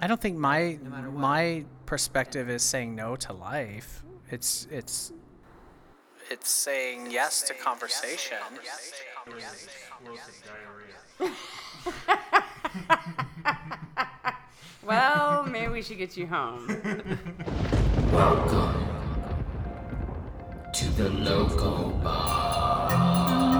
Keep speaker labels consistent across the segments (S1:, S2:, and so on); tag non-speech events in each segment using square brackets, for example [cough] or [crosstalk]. S1: I don't think my
S2: No matter what.
S1: my perspective is saying no to life. It's it's it's saying yes to conversation.
S3: Well, maybe we should get you [laughs] home.
S4: Welcome to the local bar.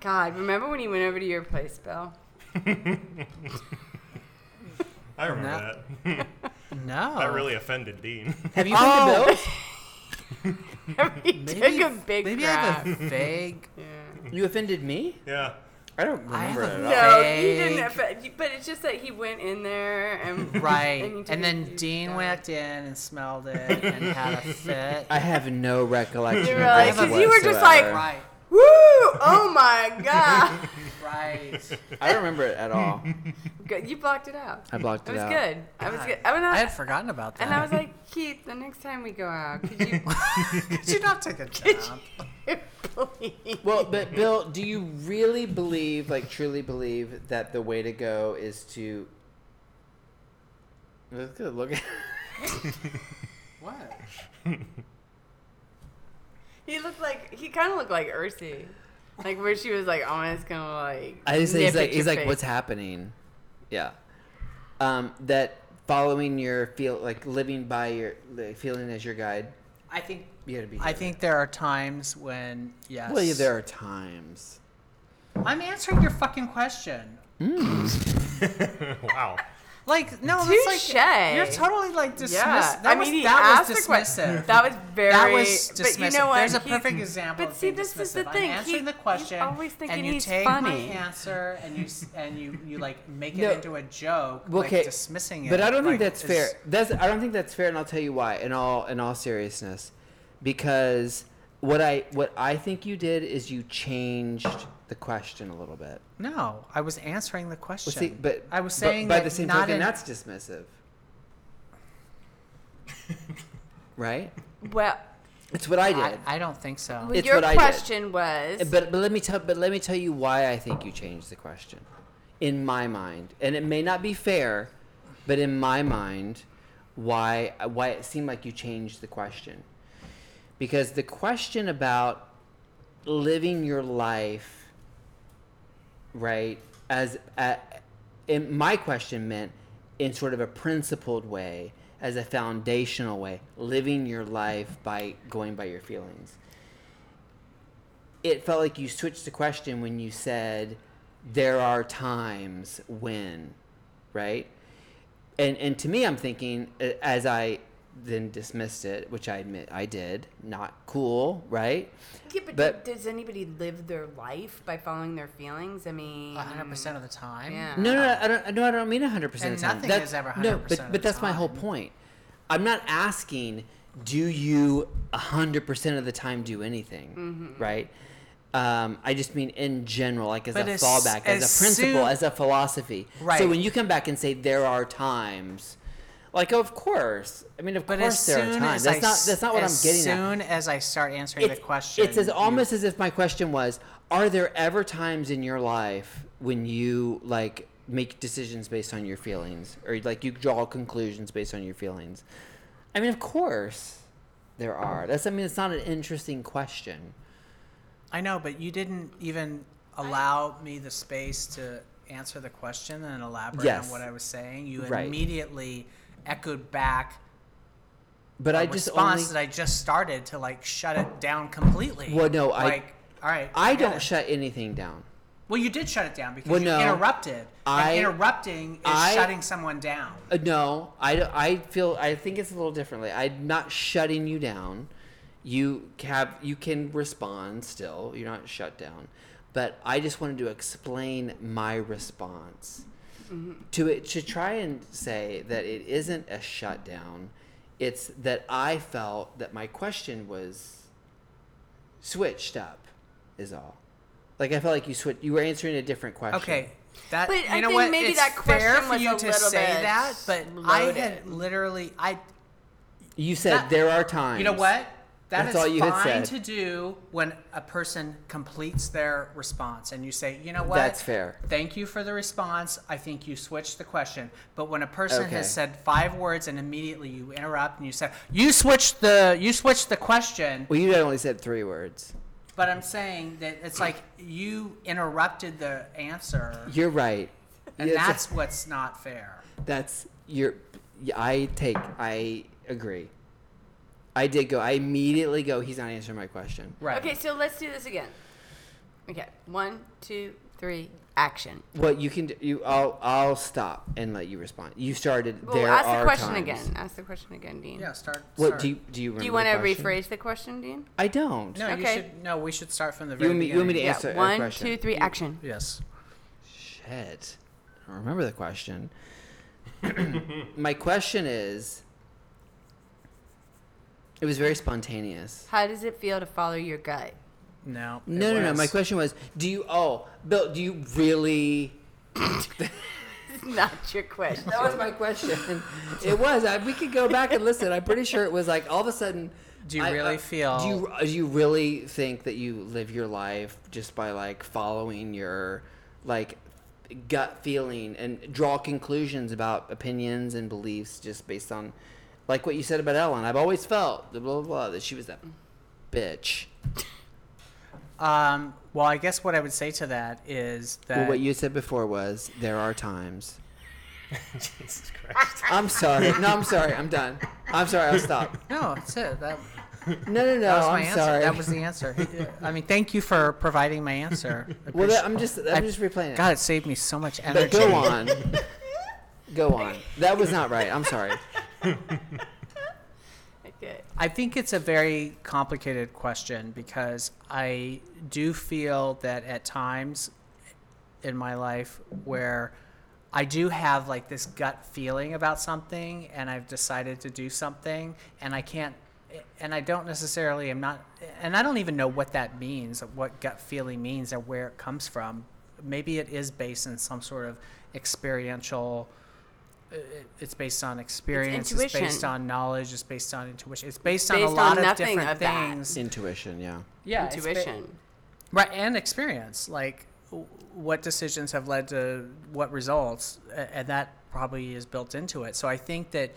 S3: God, remember when he went over to your place, Bill? [laughs]
S5: I remember
S1: Nah.
S5: that. [laughs]
S1: No.
S5: that really offended Dean. [laughs]
S2: Have you been to Bill's?
S3: he took a big
S1: maybe I
S3: crap.
S1: have
S2: [laughs]
S1: a [laughs] vague.
S2: You offended me?
S5: yeah. [laughs]
S2: I don't
S1: I have
S2: remember
S1: a-
S2: it at all.
S3: No, he didn't.
S1: Vague.
S3: have- But, but it's just that he went in there
S2: [laughs]
S3: and
S1: Right.
S3: he
S1: and,
S3: took a
S1: then
S3: huge
S1: Dean
S3: dump.
S1: went in and smelled it [laughs] and had a [laughs] fit.
S2: I have no recollection.
S3: You
S2: of
S3: were like-
S2: this
S3: 'cause you were just like-
S2: whatsoever.
S1: right.
S3: [laughs] Woo! Oh my
S2: [laughs]
S3: god!
S1: Right.
S2: I don't remember it at all.
S3: Good, you blocked it out.
S2: I blocked
S3: It
S2: it
S3: was
S2: out.
S3: good. I was good. I was
S1: [laughs] I had
S3: not,
S1: forgotten about that.
S3: and I was like, Keith, the next time we go out, could
S2: [laughs]
S3: you [laughs]
S1: [laughs] Did you not take a dump?
S3: please?
S2: [laughs] Well, but Bill, do you really believe, like truly believe, that the way to go is to That's good. Look at
S1: What?
S3: He looked like he kind of looked like Ursie, like where she was like almost gonna like.
S2: I just
S3: nip
S2: he's
S3: at
S2: like he's
S3: your
S2: like
S3: face.
S2: what's happening? Yeah. Um, that following your feel like living by your like, feeling as your guide,
S1: I think
S2: you gotta be.
S1: I think there are times when yes.
S2: Well, yeah, there are times.
S1: I'm answering your fucking question.
S5: wow.
S1: Like no, it's like
S3: Touche.
S1: you're totally like dismissive.
S3: Yeah,
S1: That
S3: I
S1: was
S3: mean, he
S1: that was
S3: asked the question.
S1: dismissive.
S3: That was very.
S1: That was
S3: But you know
S1: dismissive.
S3: what?
S1: There's a
S3: He's-
S1: perfect example
S3: But
S1: of
S3: see,
S1: being
S3: this is
S1: dismissive.
S3: the
S1: I'm
S3: thing.
S1: answering
S3: he,
S1: the question,
S3: He's always thinking
S1: and you
S3: he's
S1: take my
S3: funny.
S1: answer and you s- and you you like make it
S2: No.
S1: into a joke,
S2: Well,
S1: like
S2: okay,
S1: dismissing it.
S2: But I don't
S1: like,
S2: think that's fair.
S1: is-
S2: That's I don't think that's fair, and I'll tell you why. In all in all seriousness, because what I what I think you did is you changed the question a little bit.
S1: No, I was answering the question.
S2: Well, see, but
S1: I was
S2: but
S1: saying
S2: by
S1: that
S2: the same
S1: not
S2: token,
S1: in- [laughs]
S2: that's dismissive, right?
S3: Well,
S2: It's what I did.
S1: I, I don't think so.
S2: It's
S3: your
S2: what I did.
S3: question was.
S2: But but let me tell but let me tell you why I think you changed the question. In my mind, and it may not be fair, but in my mind, why why it seemed like you changed the question. Because the question about living your life right as a, in my question meant in sort of a principled way as a foundational way living your life by going by your feelings it felt like you switched the question when you said there are times when right and and to me i'm thinking a- as i then dismissed it which i admit i did not cool right
S3: Yeah, but,
S2: But-
S3: does anybody live their life by following their feelings? I mean,
S1: 100 percent of the time.
S3: Yeah.
S2: No, no, no, I don't. No, I don't mean hundred percent
S1: And
S2: of the time.
S1: nothing
S2: That's-
S1: is ever
S2: No,
S1: 100%
S2: but
S1: of
S2: but
S1: the
S2: that's my whole
S1: time.
S2: point. I'm not asking, do you hundred percent of the time do anything,
S1: Mm-hmm.
S2: right? Um, I just mean in general, like as
S1: But
S2: a
S1: as-
S2: fallback, as,
S1: as
S2: a principle,
S1: soon-
S2: as a philosophy. So
S1: Right.
S2: when you come back and say there are times, like of course, I mean of
S1: But as
S2: course there
S1: soon
S2: are times.
S1: as
S2: That's
S1: I
S2: not
S1: s-
S2: that's not what I'm
S1: as
S2: getting at
S1: soon as I start answering the question,
S2: it's as
S1: you-
S2: almost as if my question was, are there ever times in your life when you like make decisions based on your feelings or like you draw conclusions based on your feelings? I mean, of course there are. That's I mean, it's not an interesting question.
S1: I know, but you didn't even allow me the space to answer the question and elaborate
S2: Yes.
S1: on what I was saying. You
S2: Right.
S1: immediately echoed back
S2: But
S1: a
S2: I just
S1: response
S2: only
S1: that I just started to like shut it down completely.
S2: Well, no, I-
S1: like, all right,
S2: I
S1: get
S2: don't
S1: it.
S2: shut anything down.
S1: well, you did shut it down because
S2: Well,
S1: you
S2: no.
S1: interrupted.
S2: I-
S1: and interrupting is
S2: I-
S1: shutting someone down.
S2: Uh, no, I, don't- I feel I think it's a little differently. I'm not shutting you down. You have you can respond still. You're not shut down, but I just wanted to explain my response
S1: Mm-hmm.
S2: to it to try and say that it isn't a shutdown. It's that I felt that my question was switched up, is all. Like I felt like you switched. You were answering a different question.
S1: Okay, That
S3: But
S1: you
S3: I
S1: know
S3: think
S1: what?
S3: maybe
S1: it's
S3: that question
S1: fair
S3: was
S1: for you
S3: a
S1: to
S3: little
S1: say
S3: bit
S1: that, but I had
S3: loaded.
S1: literally I.
S2: You said
S1: That-
S2: there are times.
S1: You know what? That is
S2: That's all you had
S1: fine
S2: said.
S1: to do when a person completes their response and you say, you know what?
S2: That's fair.
S1: Thank you for the response. I think you switched the question. But when a person
S2: Okay.
S1: has said five words and immediately you interrupt and you say, you switched the you switched the question,
S2: Well, you had only said three words.
S1: but I'm saying that it's like you interrupted the answer,
S2: You're right.
S1: and
S2: It's-
S1: that's what's not fair.
S2: That's your. yeah, I take. I agree. I did go. I immediately go. He's not answering my question.
S1: Right.
S3: Okay, so let's do this again. Okay, one, two, three, action.
S2: What you can do? You. I'll. I'll stop and let you respond. You started.
S3: Well,
S2: there
S3: ask
S2: are
S3: the question
S2: times.
S3: again. Ask the question again, Dean.
S1: Yeah. Start.
S2: What
S1: start.
S2: do you? Do you?
S3: Do you want
S2: remember
S3: to
S2: the question?
S3: rephrase the question, Dean?
S2: I don't.
S1: No, you
S3: Okay.
S1: should. No, we should start from the
S2: You
S1: very
S2: want me, you want me to
S1: beginning.
S2: answer
S3: yeah.
S2: a
S3: One,
S2: question?
S3: two, three, action.
S1: Yes.
S2: Shit. I don't remember the question. [coughs] My question is it was very spontaneous.
S3: How does it feel to follow your gut?
S1: No. it
S2: No, no, no. My
S1: was.
S2: question was do you, oh, Bill, do you really.
S3: It's [laughs] not your question.
S2: That was my question. [laughs] it was. I, we could go back and listen. I'm pretty sure it was like all of a sudden.
S1: uh, Do you
S2: I-
S1: really
S2: I-
S1: feel-
S2: Do you, uh, do you really think that you live your life just by like following your like gut feeling and draw conclusions about opinions and beliefs just based on like what you said about Ellen? I've always felt the blah blah blah that she was that bitch.
S1: Um, well, I guess what I would say to that is that
S2: Well, what you said before was there are times.
S5: Jesus Christ.
S2: I'm sorry. No, I'm sorry. I'm done. I'm sorry. I'll stop.
S1: no, that's it.
S2: [laughs]
S1: That,
S2: No, no, no.
S1: that was my
S2: Oh, I'm
S1: answer.
S2: sorry.
S1: That was the answer. I mean, thank you for providing my answer. I
S2: [laughs] Well,
S1: appreciate-
S2: that, I'm just I'm just replaying it.
S1: God, it saved me so much energy.
S2: [laughs] but go on,
S1: [laughs]
S2: go on. That was not right. I'm sorry.
S3: Okay.
S1: I think it's a very complicated question because I do feel that at times in my life where I do have like this gut feeling about something and I've decided to do something and I can't and I don't necessarily am not and I don't even know what that means, what gut feeling means and where it comes from. Maybe it is based in some sort of experiential uh, it's based on experience, it's, based
S3: intuition.
S1: on knowledge, it's based on intuition. It's based, on
S3: based
S1: a
S3: on
S1: lot of
S3: nothing
S1: different
S3: of that.
S1: things.
S2: Intuition, yeah.
S1: Yeah, it's ba-
S3: Intuition.
S1: right and experience like w- what decisions have led to what results a- and that probably is built into it so i think that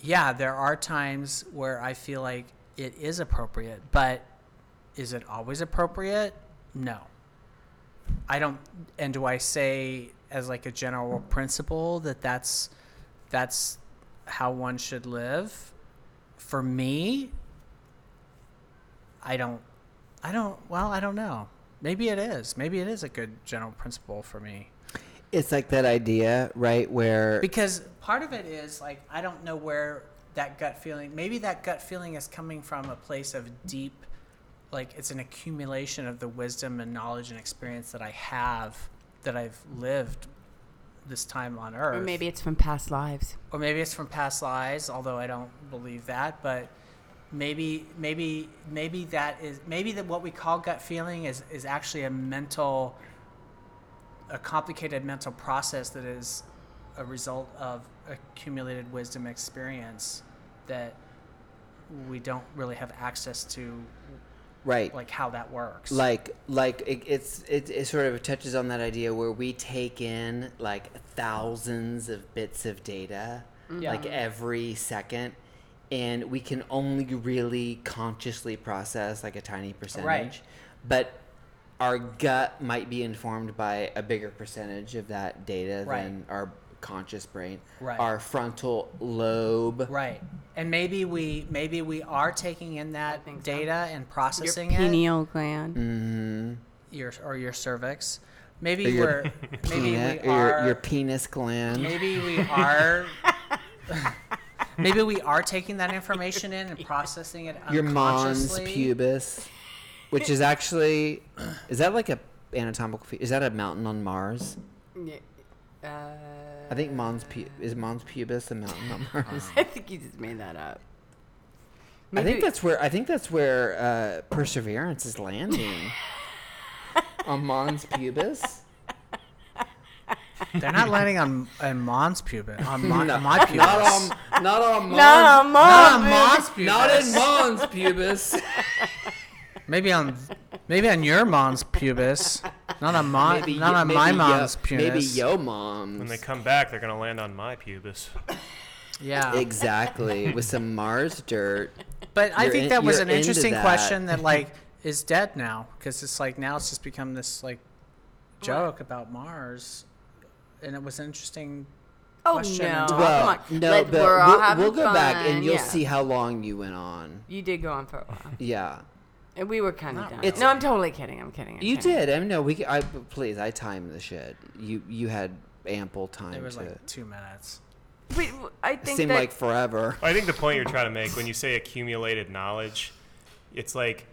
S1: yeah there are times where i feel like it is appropriate but is it always appropriate no i don't and do i say as like a general principle that that's that's how one should live for me i don't I don't. Well, I don't know. Maybe it is. Maybe it is a good general principle for me
S2: It's like that idea, right? Where
S1: because part of it is like I don't know where that gut feeling. Maybe that gut feeling is coming from a place of deep, like it's an accumulation of the wisdom and knowledge and experience that I have that I've lived this time on earth.
S3: Or maybe it's from past lives.
S1: or maybe it's from past lives although i don't believe that but maybe maybe maybe that is maybe that what we call gut feeling is is actually a mental a complicated mental process that is a result of accumulated wisdom experience that we don't really have access to
S2: right,
S1: like how that works
S2: like like it, it's it, it sort of touches on that idea where we take in like thousands of bits of data
S1: Mm-hmm. Yeah.
S2: like every second and we can only really consciously process like a tiny percentage but our gut might be informed by a bigger percentage of that data
S1: Right.
S2: than our conscious brain
S1: Right.
S2: our frontal lobe
S1: right and maybe we maybe we are taking in that
S3: think so.
S1: data and processing
S3: Your
S1: it
S3: pineal gland.
S1: your or your cervix. Maybe
S2: Or your [laughs]
S1: we're maybe
S2: peanut-
S1: we
S2: or
S1: are
S2: your, your penis gland
S1: maybe we are [laughs] maybe we are taking that information in and processing it
S2: your mons
S1: unconsciously.
S2: pubis, which is actually is that like a anatomical fe- is that a mountain on Mars?
S3: Yeah. Uh, [laughs]
S2: I think mons pu- is mons pubis a mountain on
S1: Uh-huh.
S2: Mars.
S3: I think you just made that up.
S2: I think
S3: Maybe-
S2: that's where I think that's where uh, Perseverance is landing on mons pubis.
S1: They're not landing on, on Mon's pubis. On my,
S2: No,
S1: my pubis.
S2: Not on, not on Mons.
S3: Nah,
S1: Not on
S3: mom. dude.
S1: Mon's pubis.
S2: Not in Mons pubis.
S1: Maybe on, maybe on your Mon's pubis. Not on my, [laughs]
S2: Maybe
S1: not
S2: y-
S1: on my
S2: maybe yo-
S1: Mon's pubis.
S2: Maybe yo
S5: When they
S2: mom's.
S5: come back, they're gonna land on my pubis.
S1: Yeah.
S2: Exactly, with some Mars dirt.
S1: But I
S2: You're
S1: think
S2: in-
S1: that was
S2: you're
S1: an
S2: into
S1: interesting
S2: that.
S1: question
S2: [laughs]
S1: that like is dead now because it's like now it's just become this like joke about Mars, and it was interesting.
S3: Oh
S1: question
S3: no!
S1: and talk.
S3: Come
S2: Well,
S3: on.
S2: no,
S3: Like,
S2: but
S3: we're all
S2: we'll,
S3: having
S2: we'll go back
S3: fun,
S2: and you'll
S3: yeah.
S2: see how long you went on.
S3: You did go on for a while,
S2: Yeah,
S3: and we were kind of done.
S2: It's-
S3: no, I'm totally kidding. I'm kidding. I'm
S2: you
S3: kidding.
S2: did. I mean, no, we. c- I please, I timed the shit. You you had ample time
S1: It was
S2: to.
S1: like two minutes.
S3: Wait, I think
S2: seemed
S3: that
S1: [laughs]
S2: like forever.
S5: I think the point you're trying to make when you say accumulated knowledge, it's like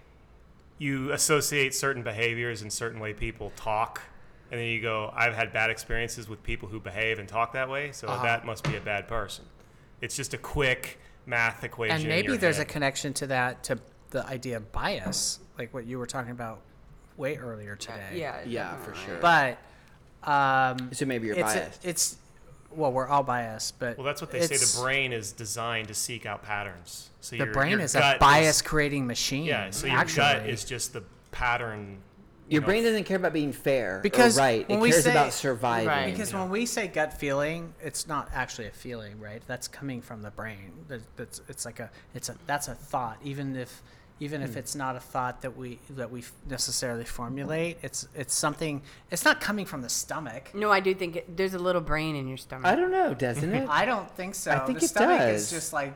S5: you associate certain behaviors and certain way people talk, and then you go, "I've had bad experiences with people who behave and talk that way, so
S1: Uh-huh.
S5: that must be a bad person." It's just a quick math equation.
S1: And
S5: in
S1: maybe
S5: your
S1: there's a
S5: head.
S1: connection to that to the idea of bias, like what you were talking about way earlier today.
S3: yeah,
S2: Yeah, for sure.
S1: But um,
S2: so maybe you're
S1: it's
S2: biased.
S1: it's well, we're all biased, but
S5: Well, that's what they say.
S1: it's-
S5: The brain is designed to seek out patterns. So
S1: The
S5: your,
S1: brain
S5: your
S1: is
S5: gut
S1: a bias-creating machine.
S5: yeah. So your
S1: actually.
S5: gut is just the pattern. you
S2: Your
S5: know,
S2: brain doesn't care about being fair
S1: Because
S2: or right.
S1: when
S2: It
S1: we
S2: cares
S1: say-
S2: about surviving.
S3: Right.
S1: Because when we say gut feeling, it's not actually a feeling, right? That's coming from the brain. That- That's it's like a it's a that's a thought. Even if even
S3: Hmm.
S1: if it's not a thought that we that we necessarily formulate, it's it's something. It's not coming from the stomach.
S3: No, I do think it, there's a little brain in your stomach.
S2: I don't know,
S3: [laughs]
S2: doesn't it?
S1: I don't think so.
S2: I think
S1: the
S2: it
S1: stomach is
S2: does.
S1: just like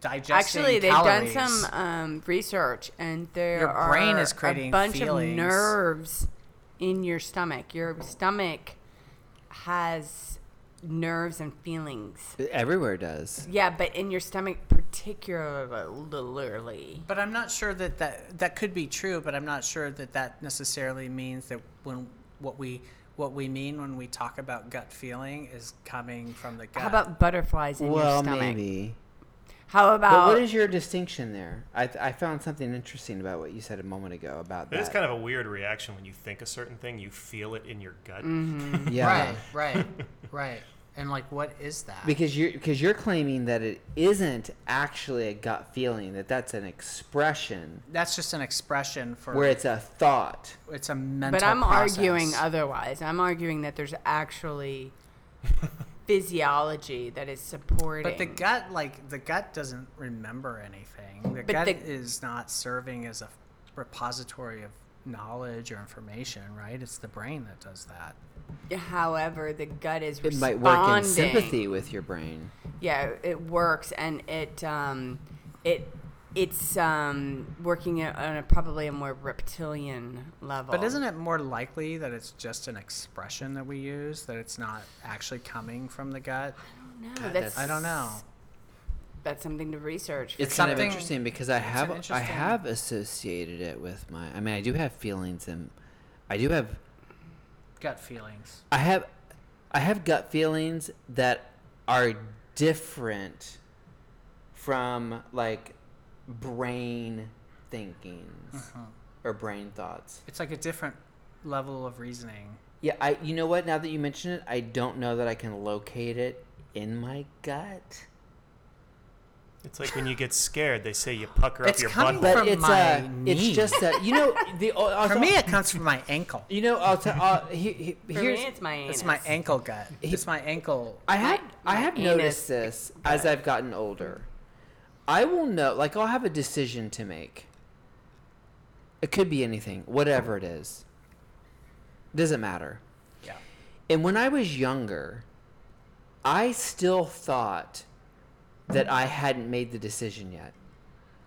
S1: digesting
S3: Actually, they've
S1: calories.
S3: done some um, research, and there
S1: Your
S3: are
S1: brain is creating
S3: a bunch
S1: feelings.
S3: of nerves in your stomach. Your stomach has nerves and feelings.
S2: Everywhere does.
S3: Yeah, but in your stomach particularly.
S1: But I'm not sure that, that that could be true. But I'm not sure that that necessarily means that when what we what we mean when we talk about gut feeling is coming from the gut.
S3: How about butterflies in your
S2: Well,
S3: stomach? Oh.
S2: maybe.
S3: How
S2: But
S3: about
S2: what is your distinction there? I, th- I found something interesting about what you said a moment ago about
S5: It
S2: that.
S5: is kind of a weird reaction when you think a certain thing, you feel it in your gut.
S1: Mm-hmm.
S2: of yeah.
S1: Right, right,
S3: [laughs]
S1: right. And like, what is that?
S2: Because you're because you're claiming that it isn't actually a gut feeling that that's an expression
S1: That's just an expression for
S2: where it's a thought.
S1: it's a mental.
S3: But I'm
S1: process.
S3: arguing otherwise. I'm arguing that there's
S2: [laughs]
S3: actually physiology that is supporting.
S1: But the gut, like the gut, doesn't remember anything. The
S3: But
S1: gut
S3: the-
S1: is not serving as a repository of knowledge or information, right? It's the brain that does that.
S3: However, the gut is
S2: It
S3: responding.
S2: might work in sympathy with your brain.
S3: Yeah, it works, and it um, it it's um, working at- on a, probably a more reptilian level.
S1: But isn't it more likely that it's just an expression that we use that it's not actually coming from the gut?
S3: No,
S2: God,
S3: that's,
S1: I don't know.
S3: That's something to research.
S2: It's kind of
S1: something-
S2: interesting because I have I
S1: interesting-
S2: have associated it with my. I mean, I do have feelings and I do have
S1: Gut feelings.
S2: I have I have gut feelings that are different from like brain thinkings
S1: Mm-hmm.
S2: or brain thoughts.
S1: It's like a different level of reasoning.
S2: Yeah, I you know what, now that you mention it, I don't know that I can locate it in my gut.
S5: It's like when you get scared, they say you pucker up
S1: It's
S5: your
S1: coming
S5: butt.
S2: But
S1: From
S2: it's
S1: my
S2: uh
S1: knee.
S2: it's just that you know the also,
S1: For me, it comes from my ankle.
S2: you know I'll tell I'll, he, he,
S3: [laughs] For
S2: here's
S3: me, it's my anus.
S1: It's my ankle gut. It's my ankle.
S2: I have I
S3: my
S2: have
S3: anus
S2: noticed this as I've gotten older. I will know like I'll have a decision to make. It could be anything, whatever it is. Doesn't matter.
S1: Yeah.
S2: And when I was younger, I still thought that I hadn't made the decision yet.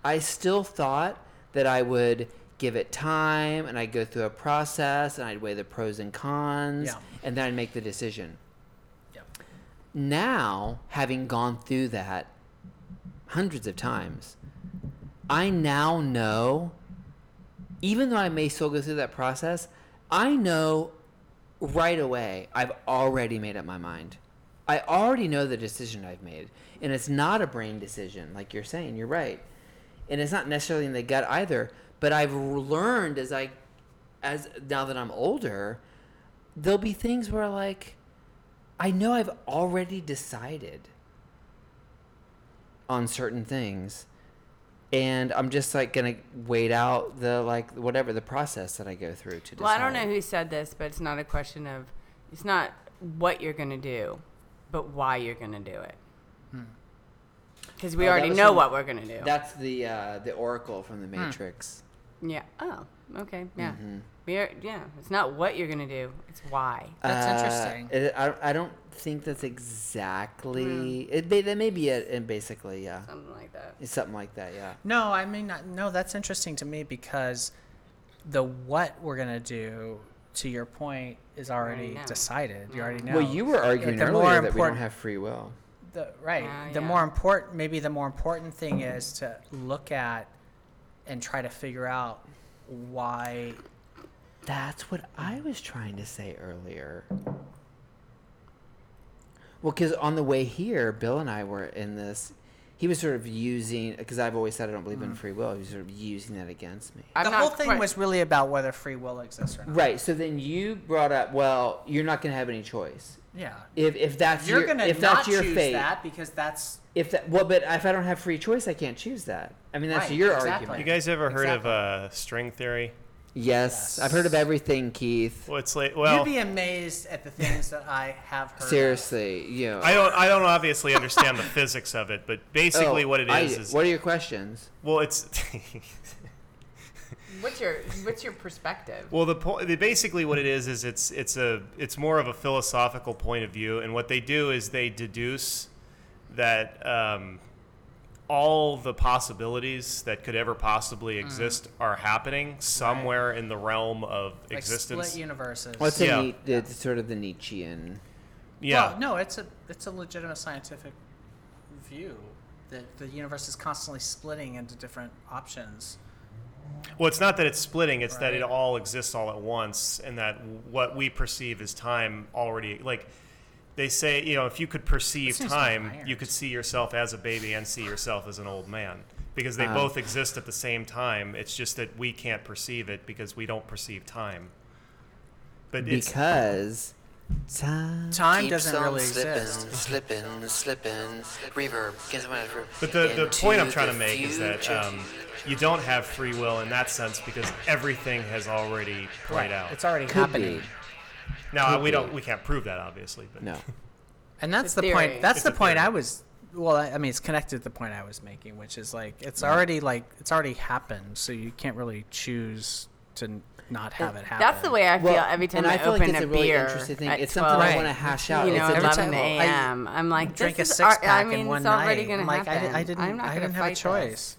S2: I still thought that I would give it time and I'd go through a process and I'd weigh the pros and cons
S1: Yeah.
S2: and then I'd make the decision
S1: Yep.
S2: now having gone through that hundreds of times i now know even though i may still go through that process i know right away i've already made up my mind i already know the decision i've made and it's not a brain decision like you're saying you're right and it's not necessarily in the gut either but i've learned as i as now that i'm older there'll be things where like I know I've already decided on certain things, and I'm just like gonna wait out the like whatever the process that I go through to decide.
S3: Well, I don't know who said this, but it's not a question of, it's not what you're going to do, but why you're going to do it.
S1: Hmm.
S3: Because we
S2: Oh, that
S3: already
S2: was
S3: know
S2: from-
S3: what we're going to do.
S2: That's the uh, the Oracle from the
S1: Hmm.
S2: Matrix.
S3: yeah. Oh, okay. Yeah.
S1: Mm-hmm.
S3: We are, yeah. It's not what you're going to do, it's why.
S1: That's
S2: Uh,
S1: interesting.
S2: it- I, I don't think that's exactly.
S1: Hmm.
S2: It may, that may be it, and basically, yeah,
S3: Something like that.
S2: it's something like that, yeah.
S1: No, I mean, not- no, that's interesting to me because the what we're going to do, to your point, is already
S3: know.
S1: decided. You already know.
S2: Well, you were arguing
S1: the more
S2: earlier that we don't
S1: important-
S2: have free will.
S1: the, right.
S3: Ah,
S1: the
S3: yeah.
S1: more important, maybe the more important thing is to look at and try to figure out why.
S2: That's what I was trying to say earlier. Well, because on the way here, Bill and I were in this. He was sort of using because I've always said I don't believe
S1: Hmm.
S2: in free will. He was sort of using that against me.
S3: I'm
S1: the
S3: not
S1: whole thing
S3: quite-
S1: was really about whether free will exists or not.
S2: Right. So then you brought up, well, you're not going to have any choice.
S1: Yeah.
S2: If if that's
S1: You're
S2: your,
S1: going to
S2: if
S1: not
S2: that's your
S1: choose
S2: fate,
S1: that because that's
S2: if that well, but if I don't have free choice, I can't choose that. I mean, that's
S1: Right,
S2: your
S1: exactly.
S2: argument.
S5: You guys ever heard
S1: Exactly.
S5: of uh, string theory?
S2: yes, I've heard of everything, Keith.
S5: Well, it's like well,
S1: You'd be amazed at the things that I have heard. of.
S2: Seriously, you know.
S5: I don't I don't obviously
S1: [laughs]
S5: understand the physics of it, but basically
S2: Oh,
S5: what it
S2: I-
S5: is is
S2: what are your questions?
S5: well, it's [laughs]
S1: [laughs]
S3: What's your, what's your perspective?
S5: Well, the po- the basically what it is is it's it's a it's more of a philosophical point of view, and what they do is they deduce that um, all the possibilities that could ever possibly
S1: Mm.
S5: exist are happening somewhere in the realm of
S1: Like
S5: existence.
S1: split universes.
S2: What's the
S5: Yeah.
S2: Ne- it's sort of the Nietzschean?
S5: yeah,
S1: Well, no, it's a it's a legitimate scientific view that the universe is constantly splitting into different options.
S5: Well, it's not that it's splitting; it's that it
S1: Right.
S5: all exists all at once, and that what we perceive as time already like. They say, you know, if you could perceive
S1: seems kind of
S5: time,
S1: iron.
S5: you could see yourself as a baby and see yourself as an old man because they both exist at the same time. It's just that we can't perceive it because we don't perceive time. But it's
S2: Because time.
S1: Time
S6: keeps
S1: doesn't
S6: on
S1: really
S6: slipping,
S1: exist.
S6: Slipping, slipping, reverb. Guess what?
S5: but the, the
S6: Into
S5: point I'm trying
S6: the
S5: to make is that
S6: future.
S5: um, you don't have free will in that sense because everything has already played out.
S1: It's already
S2: Could
S1: happening.
S2: be.
S5: now
S2: could
S5: we don't
S2: be.
S5: we can't prove that obviously, but
S2: No.
S1: And that's
S3: It's
S1: the
S3: a theory.
S1: point. That's
S5: It's
S1: the
S5: a
S1: point
S5: theory.
S1: I was. Well, I I mean, it's connected to the point I was making, which is like it's already like it's already happened, so you can't really choose to n- not have it happen.
S3: That's the way I feel
S2: Well,
S3: every time
S2: and
S3: I,
S2: I feel like
S3: open
S2: it's
S3: a,
S2: a really
S3: beer.
S2: interesting thing.
S3: at
S2: It's something I
S3: 12,
S2: wanna hash out.
S3: You know,
S2: It's
S1: every
S3: at
S1: time
S3: 11
S1: I-
S3: a.m. I, am like,
S1: Drink a
S3: this is
S1: six
S3: ar- I
S1: pack in
S3: mean,
S1: one
S3: it's already
S1: night.
S3: going
S1: I'm
S3: to
S1: like, I di-
S3: happen.
S1: I, didn't.
S3: I'm not
S1: I
S3: gonna
S1: didn't have a
S3: fight
S1: choice.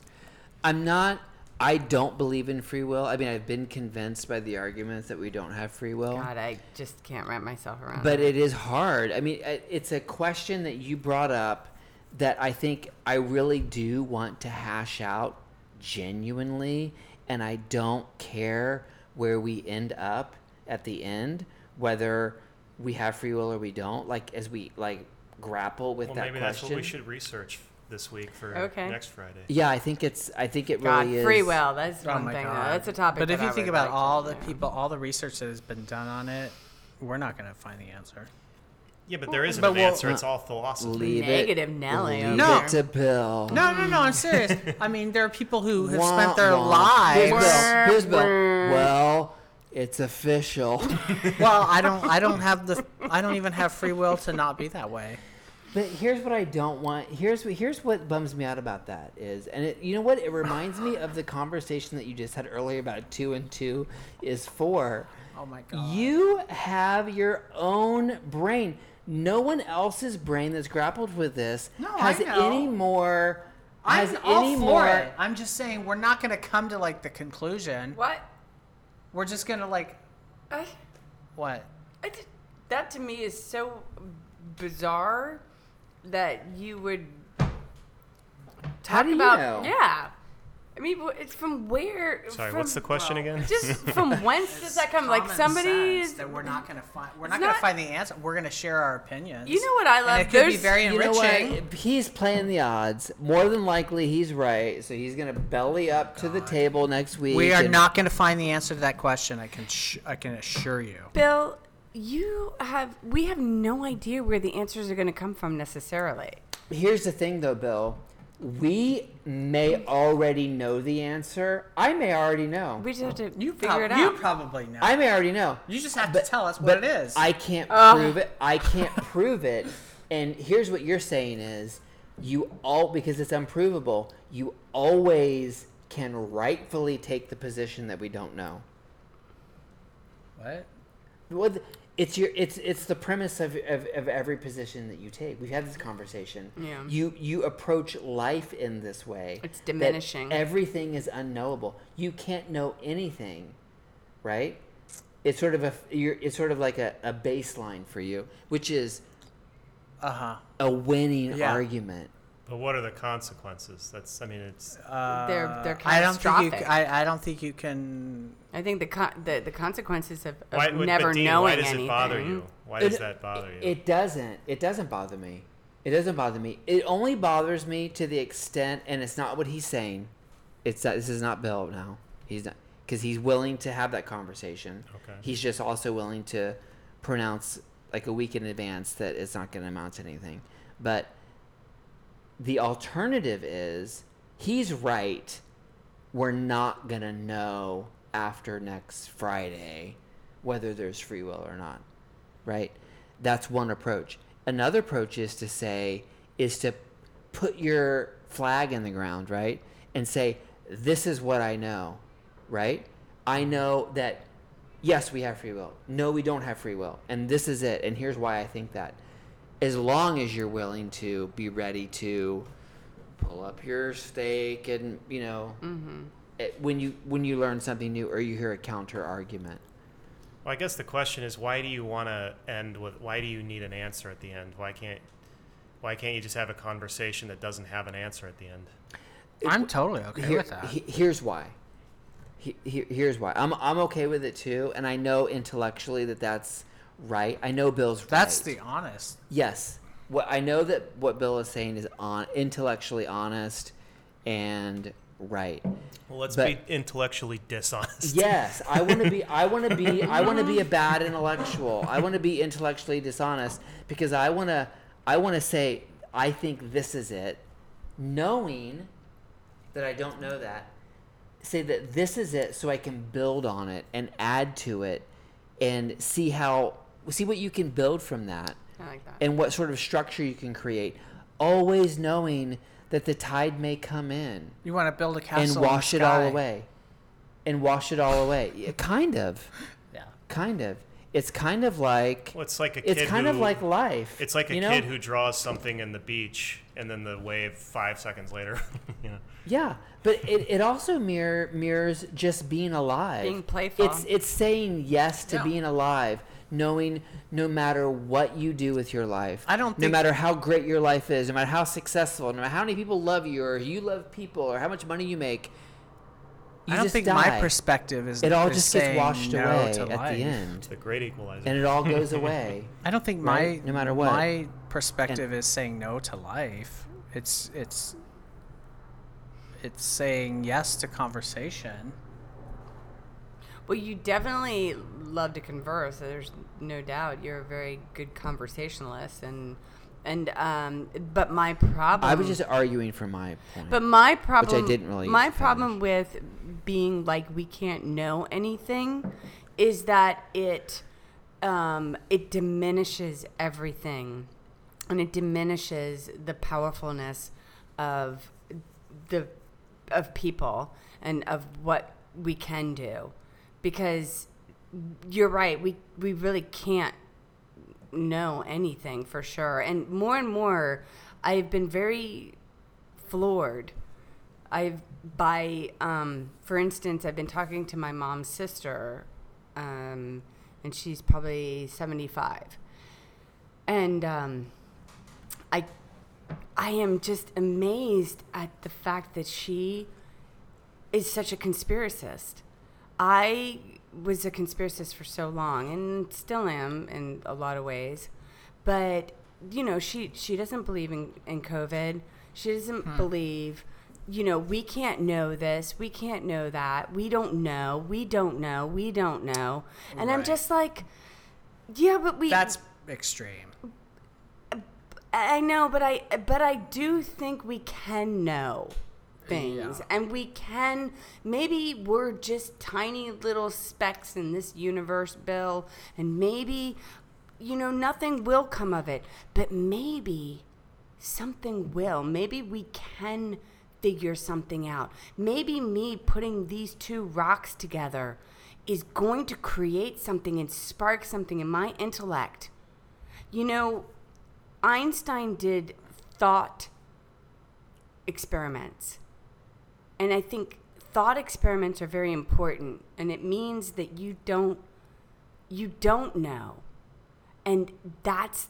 S2: I'm not. I don't believe in free will. I mean, I've been convinced by the arguments that we don't have free will.
S3: This. God, I just can't wrap myself around.
S2: But
S3: it.
S2: it is hard. I mean, I- it's a question that you brought up that I think I really do want to hash out genuinely, and I don't care where we end up at the end, whether we have free will or we don't. Like as we like grapple with
S5: Well,
S2: that
S5: maybe
S2: question.
S5: that's what we should research this week for
S3: Okay.
S5: next Friday.
S2: Yeah, I think it's. I think it
S3: God,
S2: really is.
S3: free will. That's
S1: Oh
S3: one
S1: my
S3: thing. Though.
S1: God.
S3: That's a topic.
S1: But if
S3: that
S1: you
S3: I
S1: think
S3: would
S1: about
S3: like
S1: all
S3: to,
S1: the
S3: yeah.
S1: people, all the research that has been done on it, we're not going to find the answer.
S5: Yeah, but there isn't
S1: But
S5: an
S1: we'll-
S5: answer. It's all philosophy.
S2: Leave
S3: Negative
S2: it.
S3: Nelly
S2: Leave
S3: over
S1: No.
S2: it to Bill.
S1: No, no, no. I'm [laughs] serious. I mean, there are people who have
S2: Wah,
S1: spent their
S2: wah.
S1: lives.
S2: Here's Bill. Here's Bill. Well, it's
S3: [laughs]
S2: official.
S1: [laughs] Well, I don't. I don't have the. I don't even have free will to not be that way.
S2: But here's what I don't want. Here's what here's what bums me out about that is, and it, you know what? It reminds me of the conversation that you just had earlier about two and two is four.
S1: Oh my god.
S2: You have your own brain. No one else's brain that's grappled with this
S1: No,
S2: has
S1: I know.
S2: any more.
S1: I'm
S2: has
S1: all
S2: any
S1: for
S2: more.
S1: it. I'm just saying we're not going to come to like the conclusion.
S3: What?
S1: We're just going to like
S3: I,
S1: what?
S3: I did, that to me is so bizarre that you would
S2: How do you
S3: about.
S2: know?
S3: Yeah. I mean, wh- it's from where?
S5: Sorry,
S3: from-
S5: what's the question again? [laughs]
S3: Just from whence does that come? Like
S1: Common
S3: somebody's
S1: sense that we're not going to find. We're not
S3: It's
S1: going to
S3: not-
S1: find the answer. We're going to share our opinions.
S3: You know what I love?
S1: And it could be
S3: There's-
S1: very
S2: You know
S1: enriching.
S2: what? He's playing the odds. More than likely, he's right. So he's gonna belly up to the table next week.
S1: We are
S2: and-
S1: not going to find the answer to that question. I can sh- I can assure you.
S3: Bill, You have. We have no idea where the answers are going to come from necessarily.
S2: Here's the thing, though, Bill. We may already know the answer. I may already know.
S3: We just have to
S7: You,
S3: figure
S7: prob-
S3: it
S7: you
S3: out.
S7: probably know.
S2: I may already know.
S7: you just have
S2: But-
S7: to tell us
S2: but
S7: what it is.
S2: I can't prove it.
S7: [laughs]
S2: I can't prove it. And here's what you're saying is you all because it's unprovable, you always can rightfully take the position that we don't know.
S7: what?
S2: Well, th- it's your it's it's the premise of, of, of every position that you take. We've had this conversation.
S3: Yeah.
S2: You you approach life in this way.
S3: It's
S2: that
S3: diminishing.
S2: Everything is unknowable. You can't know anything, right? It's sort of a you're, it's sort of like a, a baseline for you, which is
S7: Uh huh.
S2: a winning
S7: Yeah.
S2: argument.
S5: But what are the consequences? That's, I mean, it's.
S2: Uh,
S3: they're they're
S7: I don't think you.
S3: catastrophic.
S7: c-
S3: I,
S7: I, I don't think you can.
S3: think the, con- the the consequences of, of
S5: why, but
S3: never
S5: Dean,
S3: knowing
S5: why does
S3: anything.
S5: it bother you? Why does that bother you?
S2: It doesn't. It doesn't bother me. It doesn't bother me. It only bothers me to the extent, and it's not what he's saying. It's that this is not Bill now. He's not because he's willing to have that conversation.
S5: Okay.
S2: He's just also willing to pronounce like a week in advance that it's not going to amount to anything. But the alternative is he's right. We're not going to know after next Friday whether there's free will or not right? That's one approach. Another approach is to say, is to put your flag in the ground, right? And say, this is what I know, right? I know that, yes, we have free will. No, we don't have free will. And this is it. And here's why I think that. As long as you're willing to be ready to pull up your stake and, you know, it- when you when you learn something new or you hear a counter argument.
S5: Well, I guess the question is, why do you want to end with? Why do you need an answer at the end? Why can't? Why can't you just have a conversation that doesn't have an answer at the end?
S7: I'm totally okay
S2: Here-
S7: with that.
S2: he- here's why. He, he- here's why. I'm I'm okay with it too, and I know intellectually that that's right. I know Bill's
S7: That's
S2: right.
S7: the honest.
S2: yes. What I know that what Bill is saying is on intellectually honest and right.
S5: Well, let's
S2: But-
S5: be intellectually dishonest.
S2: Yes, I want to be. I want to be. I want to be a bad intellectual. I want to be intellectually dishonest because I want to. I want to say I think this is it, knowing that I don't know that. Say that this is it, so I can build on it and add to it, and see how see what you can build from that
S3: I like that.
S2: and what sort of structure you can create. Always knowing that the tide may come in
S7: You want to build a castle
S2: and
S7: in the
S2: wash it all
S7: sky.
S2: away and wash it all away yeah, kind of
S7: Yeah.
S2: kind of it's kind of like
S5: Well, it's like a
S2: it's
S5: kid
S2: kind of
S5: who-
S2: like life
S5: [laughs] It's like a
S2: you know?
S5: kid who draws something in the beach, and then the wave five seconds later. [laughs] you know,
S2: yeah but it, it also mirror, mirrors just being alive
S3: Being playful.
S2: it's it's saying yes to being alive knowing no matter what you do with your life
S7: I don't
S2: no
S7: think-
S2: matter how great your life is no matter how successful no matter how many people love you or you love people or how much money you make you
S7: I don't
S2: just
S7: think
S2: die.
S7: my perspective is.
S2: it all
S7: is
S2: just gets
S7: saying
S2: washed
S7: no
S2: away
S7: to
S2: at
S7: life.
S2: the end
S5: it's the great equalizer.
S2: and it all
S7: [laughs]
S2: goes away.
S7: I don't think
S2: right?
S7: my
S2: No matter what.
S7: my perspective is saying no to life. It's it's it's saying yes to conversation.
S3: Well, you definitely love to converse. There's no doubt. You're a very good conversationalist, and and um, but my problem.
S2: I was just arguing for my point.
S3: But my problem,
S2: didn't really
S3: my
S2: finish.
S3: problem with being like we can't know anything, is that it, um, it diminishes everything, and it diminishes the powerfulness of the of people and of what we can do, because you're right. We we really can't know anything for sure, and more and more, I've been very floored. I've by um, for instance, I've been talking to my mom's sister, um, and she's probably seventy five, and um, I I am just amazed at the fact that she is such a conspiracist. I was a conspiracist for so long and still am in a lot of ways. But, you know, she, she doesn't believe in, in COVID. She doesn't believe, you know, we can't know this. We can't know that. We don't know. We don't know. We don't know. And I'm just like, Yeah, but we.
S1: That's extreme.
S3: I know, but I but I do think we can know things, and we can maybe we're just tiny little specks in this universe, Bill, and maybe you know nothing will come of it, but maybe something will. Maybe we can figure something out. Maybe me putting these two rocks together is going to create something and spark something in my intellect. You know, Einstein did thought experiments. And I think thought experiments are very important and it means that you don't you don't know. And that's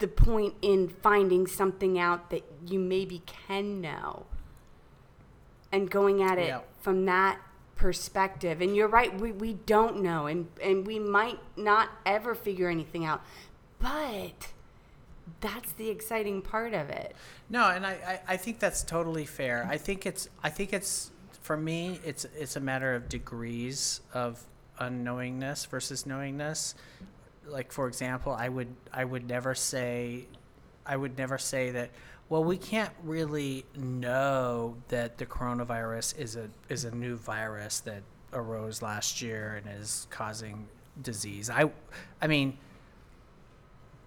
S3: the point in finding something out that you maybe can know and going at it
S1: Yeah.
S3: from that perspective. And you're right, we, we don't know and, and we might not ever figure anything out. But that's the exciting part of it.
S1: No, and I, I, I think that's totally fair. I think it's I think it's for me it's it's a matter of degrees of unknowingness versus knowingness. Like for example, I would I would never say I would never say that well we can't really know that the coronavirus is a is a new virus that arose last year and is causing disease. I I mean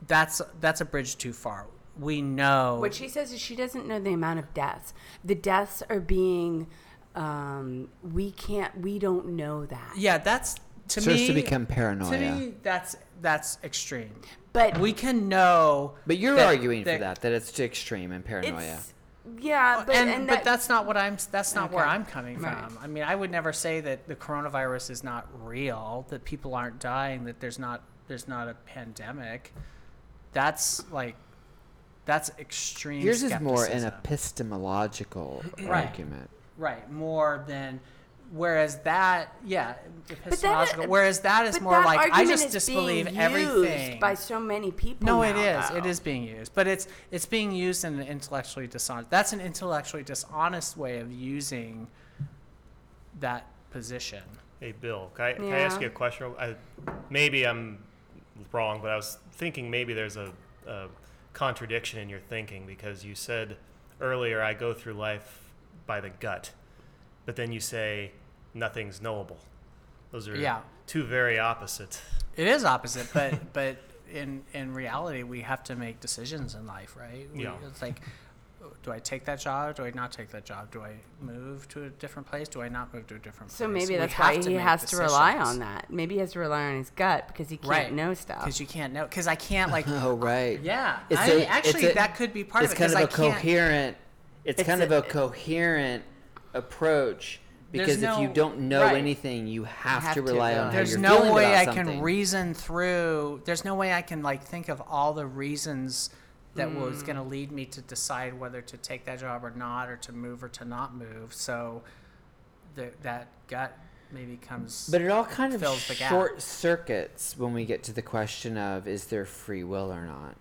S1: that's that's a bridge too far. We know
S3: What she says is she doesn't know the amount of deaths. The deaths are being, um, we can't, we don't know that.
S1: Yeah, that's to
S2: Starts
S1: me.
S2: to become paranoia.
S1: To me, that's that's extreme.
S3: But
S1: We can know,
S2: But you're
S1: that-
S2: arguing
S1: that-
S2: for that, that it's too extreme and paranoia.
S3: it's, yeah, but,
S1: and,
S3: and
S1: but
S3: that,
S1: that's not what I'm. That's not where
S3: Okay.
S1: I'm coming from.
S3: Right.
S1: I mean, I would never say that the coronavirus is not real, that people aren't dying, that there's not there's not a pandemic. That's like, that's extreme.
S2: Yours is more an
S1: skepticism.
S2: epistemological
S1: [clears throat] Right.
S2: argument.
S1: Right, more than. Whereas that, yeah, epistemological.
S3: that-
S1: whereas that is
S3: but
S1: more
S3: that
S1: like I
S3: argument
S1: just
S3: is
S1: disbelieve
S3: being
S1: everything
S3: used by so many people.
S1: No,
S3: now,
S1: it is. It
S3: though.
S1: is being used, but it's it's being used in an intellectually dishonest. That's an intellectually dishonest way of using that position.
S5: Hey, Bill, can I, can I ask
S3: Yeah.
S5: you a question? I, maybe I'm wrong, but I was thinking maybe there's a, a contradiction in your thinking because you said earlier I go through life by the gut, but then you say nothing's knowable. Those are
S1: Yeah.
S5: two very opposite.
S1: It is opposite,
S3: [laughs]
S1: but but in in reality, we have to make decisions in life, right? We,
S5: Yeah.
S1: It's like, do I take that job? Do I not take that job? Do I move to a different place? Do I not move to a different
S3: So
S1: place?
S3: maybe
S1: We
S3: that's
S1: have
S3: why
S1: to
S3: he
S1: make
S3: has to rely
S1: decisions.
S3: on that. Maybe he has to rely on his gut because he can't
S1: Right.
S3: know stuff.
S1: because you can't know. Because I can't
S3: [laughs]
S1: like.
S2: Oh, right.
S1: Yeah,
S2: It's
S1: I-
S2: a- it's
S1: actually,
S2: a-
S1: that could be part
S2: it's
S1: of it.
S2: kind
S1: 'cause
S2: of
S1: I
S2: a
S1: can't-
S2: coherent. It's,
S3: It's
S2: kind of
S3: a-
S2: a coherent approach because if you
S1: no-
S2: don't know
S1: right.
S2: anything, you have,
S3: have
S2: to
S3: to
S2: rely on
S3: rely
S2: how
S1: there's
S2: you're
S1: no
S2: feeling
S1: way
S2: about
S1: I
S2: something.
S1: can reason through. There's no way I can like think of all the reasons that was
S3: Hmm.
S1: going to lead me to decide whether to take that job or not, or to move or to not move. So the, that gut maybe comes.
S2: But it all kind of
S1: fills the gap.
S2: short circuits when we get to the question of is there free will or not.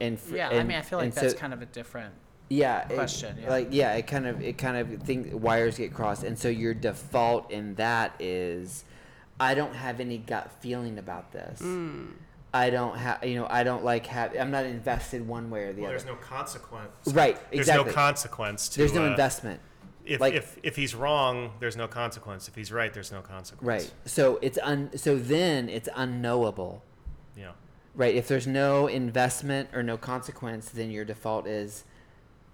S2: And fr-
S1: yeah, I
S2: and-
S1: mean, I feel like
S2: and
S1: that's
S2: so-
S1: kind of a different.
S2: yeah it-
S1: question, yeah.
S2: like yeah it kind of it kind of think wires get crossed and so your default in that is i don't have any gut feeling about this
S3: Mm.
S2: i don't have you know i don't like have i'm not invested one way or the
S5: Well,
S2: other
S5: there's no consequence.
S2: right
S5: There's
S2: exactly
S5: no consequence to.
S2: there's no
S5: uh,
S2: investment
S5: If,
S2: like-
S5: if if he's wrong, there's no consequence. If he's right, there's no consequence.
S2: right so it's un so then it's unknowable
S5: Yeah.
S2: right if there's no investment or no consequence then your default is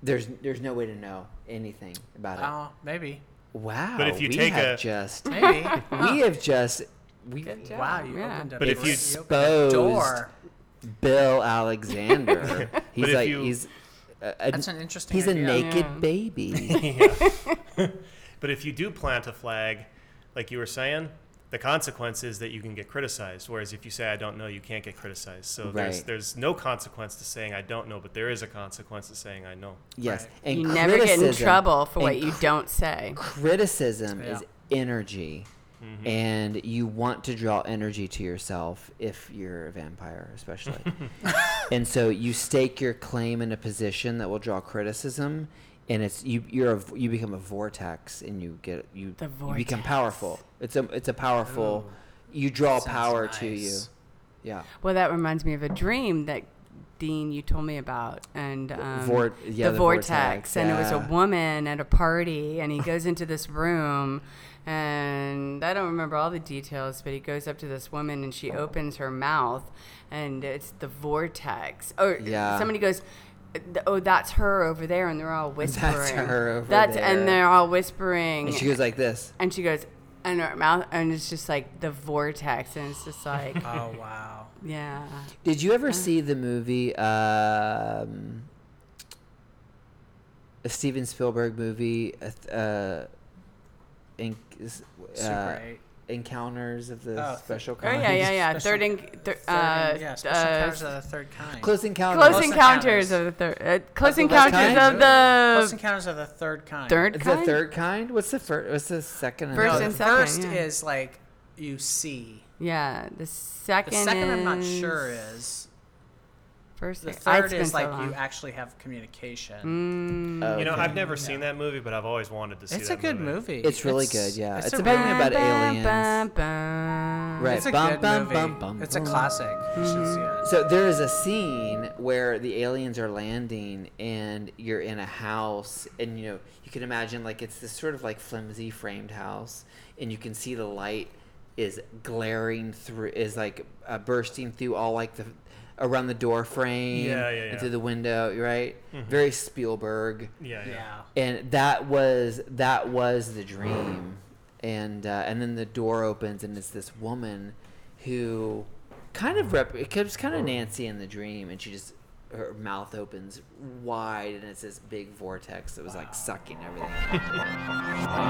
S2: there's there's no way to know anything about it
S1: Oh,
S3: [laughs]
S1: maybe,
S2: wow
S5: But if you
S2: we
S5: take
S2: have
S5: a-
S2: just
S1: maybe.
S2: we [laughs] have just we
S1: wow, you
S3: Yeah.
S1: opened up.
S5: But if
S1: a-
S5: you
S1: opened a
S2: exposed-
S1: door.
S2: Bill Alexander.
S5: [laughs]
S2: he's
S5: if
S2: like
S5: you-
S2: he's a, a-
S1: That's an interesting.
S2: he's a
S1: idea.
S2: naked
S3: Yeah.
S2: baby.
S7: [laughs]
S5: But if you do plant a flag, like you were saying, the consequence is that you can get criticized. Whereas if you say I don't know, you can't get criticized. So there's
S2: Right.
S5: there's no consequence to saying I don't know, but there is a consequence to saying I know.
S2: yes,
S1: Right.
S2: and
S3: you never get in
S2: criticism-
S3: trouble for what
S2: and
S3: you don't say.
S2: Criticism is
S1: Yeah.
S2: energy, and you want to draw energy to yourself if you're a vampire, especially. and so you stake your claim in a position that will draw criticism, and it's you. You're a, you become a vortex, and you get you,
S3: The
S2: you become
S3: vortex.
S2: powerful. It's a it's a powerful you draw
S7: Sounds
S2: power to you.
S7: nice.
S2: Yeah.
S3: Well, that reminds me of a dream that Dean you told me about, and um,
S2: vor- yeah,
S3: the,
S2: the
S3: vortex,
S2: vortex,
S3: and it was a
S2: yeah.
S3: woman at a party, and he goes into this room, and I don't remember all the details, but he goes up to this woman, and she opens her mouth, and it's the vortex. Or
S2: Yeah.
S3: somebody goes. Oh, that's her over there, and they're
S2: [laughs]
S3: all whispering.
S2: her over
S3: That's-
S2: there.
S3: and they're all whispering
S2: And she goes like this.
S3: and she goes and her mouth and it's just like the vortex and it's just like
S7: Oh wow.
S3: yeah
S2: Did you
S3: Uh-huh.
S2: ever see the movie um, a Steven Spielberg movie uh, th- uh, in, is- [laughs] uh,
S7: Super eight.
S2: Encounters of the
S7: Oh, th-
S2: Special
S3: oh
S2: Kind?
S3: yeah yeah yeah
S7: Special-
S3: third in thir-
S7: Third
S3: uh,
S7: and- yeah, special
S3: uh,
S7: encounters of Oh, the third kind.
S2: Close Encounters.
S3: close
S7: Close Encounters.
S3: encounters of the third uh, close
S2: the best
S3: encounters
S2: kind?
S3: of
S7: Close
S3: the
S7: encounters of the third kind.
S3: third
S2: the
S3: kind
S2: third kind? What's the first? What's the second? and
S3: First
S7: No,
S2: third?
S7: the
S3: and second,
S7: first
S3: yeah.
S7: is like you see.
S3: yeah the second
S7: The second I'm not
S3: is-
S7: sure is.
S3: first
S7: The
S3: thing- I'd
S7: third
S3: spend
S7: is
S3: so
S7: like
S3: long. Mm.
S7: you actually have communication.
S2: Oh,
S5: You know,
S2: okay.
S5: I've never seen that movie, but I've always wanted to see.
S7: It's a
S5: that
S7: good movie.
S2: It's really good, yeah. It's
S7: a
S2: about-
S7: really-
S2: about aliens.
S3: bum.
S2: Right.
S7: it's a
S2: Bum,
S7: good
S2: bum,
S7: movie.
S2: bum, bum,
S7: it's a
S2: bum.
S7: classic. You should see
S3: Mm-hmm.
S7: it.
S2: So there is a scene where the aliens are landing and you're in a house and you know you can imagine like it's this sort of like flimsy framed house and you can see the light is glaring through is like uh, bursting through all like the around the door frame
S5: Yeah, yeah, Mm-hmm. yeah.
S2: and through the window right very Spielberg
S5: Yeah, yeah.
S7: Yeah.
S2: and that was that was the dream and uh, and then the door opens and it's this woman who kind of rep it was kind of nancy in the dream and she just her mouth opens wide and it's this big vortex that was like sucking everything out.